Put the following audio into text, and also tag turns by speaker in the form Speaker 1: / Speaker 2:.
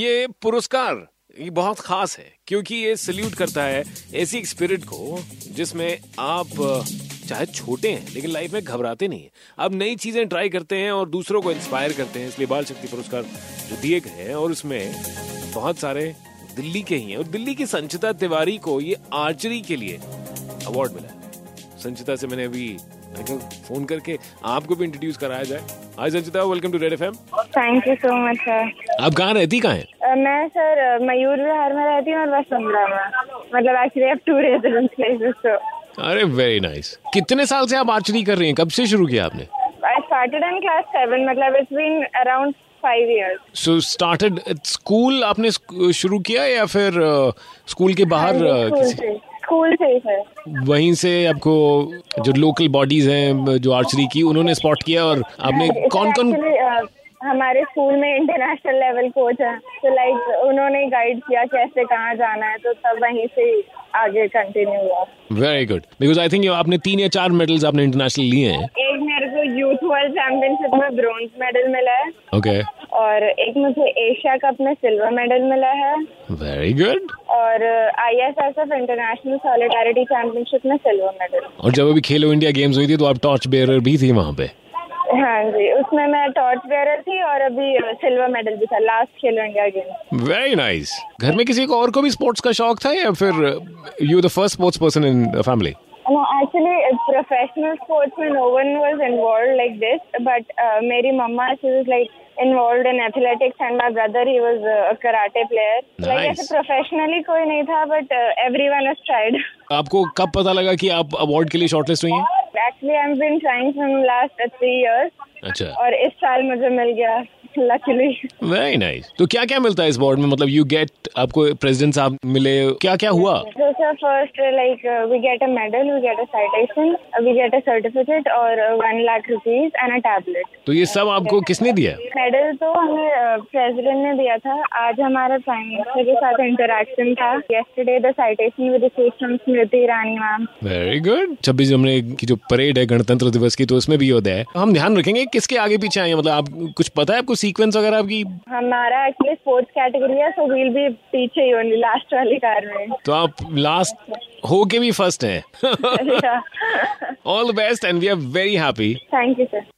Speaker 1: ये पुरस्कार ये बहुत खास है क्योंकि ये सल्यूट करता है ऐसी एक स्पिरिट को जिसमें आप अ, चाहे छोटे हैं लेकिन लाइफ में घबराते नहीं हैं आप नई चीजें ट्राई करते हैं और दूसरों को इंस्पायर करते हैं इसलिए बाल शक्ति पुरस्कार जो दिए गए हैं और उसमें बहुत सारे दिल्ली के ही हैं और दिल्ली की संचिता तिवारी को ये आर्चरी के लिए अवार्ड मिला है। संचिता से मैंने अभी मैंने कहा, फोन करके आपको भी इंट्रोड्यूस कराया जाए hi Sanchita welcome to Red FM
Speaker 2: thank you so much sir
Speaker 1: आप कहाँ रहती कहाँ हैं
Speaker 2: अ, Uh, मैं सर अ, मयूर विहार में रहती हूँ और वसुंधरा में मतलब एक्चुअली अब टू रेजिडेंस प्लेसेस तो
Speaker 1: अरे वेरी नाइस कितने साल से आप आर्चरी कर रही हैं कब से शुरू किया आपने
Speaker 2: I started in class seven मतलब it's been around five years
Speaker 1: so started school आपने स्क- शुरू किया या फिर अ, स्कूल के बाहर अ,
Speaker 2: स्कूल
Speaker 1: uh, किसी
Speaker 2: से स्कूल से ही सर
Speaker 1: वहीं से आपको जो लोकल बॉडीज हैं जो आर्चरी की उन्होंने स्पॉट किया और आपने कौन कौन
Speaker 2: Actually, अ, हमारे स्कूल में इंटरनेशनल लेवल कोच है तो लाइक उन्होंने गाइड किया कैसे कहाँ जाना है तो तब वहीं से आगे कंटिन्यू हुआ
Speaker 1: very good because I think आपने तीन या चार मेडल्स आपने इंटरनेशनल लिए हैं
Speaker 2: एक मेरे को यूथ वर्ल्ड चैंपियनशिप में ब्रॉन्ज मेडल मिला है
Speaker 1: ओके
Speaker 2: और एक मुझे एशिया कप में सिल्वर मेडल मिला है
Speaker 1: वेरी गुड
Speaker 2: और uh, I S S F international solidarity championship में सिल्वर मेडल
Speaker 1: और जब अभी खेलो इंडिया गेम्स हुई थी तो आप टॉर्च बेयरर भी थी वहाँ पे
Speaker 2: हाँ जी उसमें मैं टॉर्च बेरर थी और अभी सिल्वर मेडल भी था last Khelo India game
Speaker 1: very nice घर में किसी को और को भी स्पोर्ट्स का शौक था या फिर uh, you the first sports person in the family
Speaker 2: actually professional sports uh, में no one was involve like this but uh, मेरी mama she was like involved in athletics and my brother he was uh, a karate player like
Speaker 1: Nice.
Speaker 2: ऐसे professionally कोई नहीं था but uh, everyone has tried
Speaker 1: आपको कब पता लगा कि आप अवार्ड के लिए शॉर्टलिस्ट हुई हैं
Speaker 2: actually I've been trying from last uh, three years
Speaker 1: अच्छा
Speaker 2: और इस साल मुझे मिल गया लकीली
Speaker 1: वेरी नाइस तो क्या क्या मिलता है इस अवार्ड में मतलब यू गेट आपको प्रेसिडेंट साहब मिले क्या क्या हुआ
Speaker 2: So sir, first uh, like uh, we get a medal, we get a citation, uh, we get a certificate or uh, one lakh rupees and a tablet.
Speaker 1: तो ये सब आपको किसने दिया
Speaker 2: मेडल तो हमें प्रेसिडेंट ने दिया था आज हमारा प्राइम मिनिस्टर के साथ इंटरेक्शन था yesterday the citation with from Smriti Irani ma'am
Speaker 1: very good छब्बीस जनवरी की जो परेड है गणतंत्र दिवस की तो उसमें भी होता है हम ध्यान रखेंगे किसके आगे पीछे आए हैं मतलब आप कुछ पता है आपको सीक्वेंस वगैरह आपकी
Speaker 2: हमारा एक्चुअली स्पोर्ट्स कैटेगरी है सो वील भी पीछे ही ओनली लास्ट वाली कार में
Speaker 1: तो आप लास्ट होके भी फर्स्ट हैं
Speaker 2: thank
Speaker 1: all the best and we are very happy
Speaker 2: you sir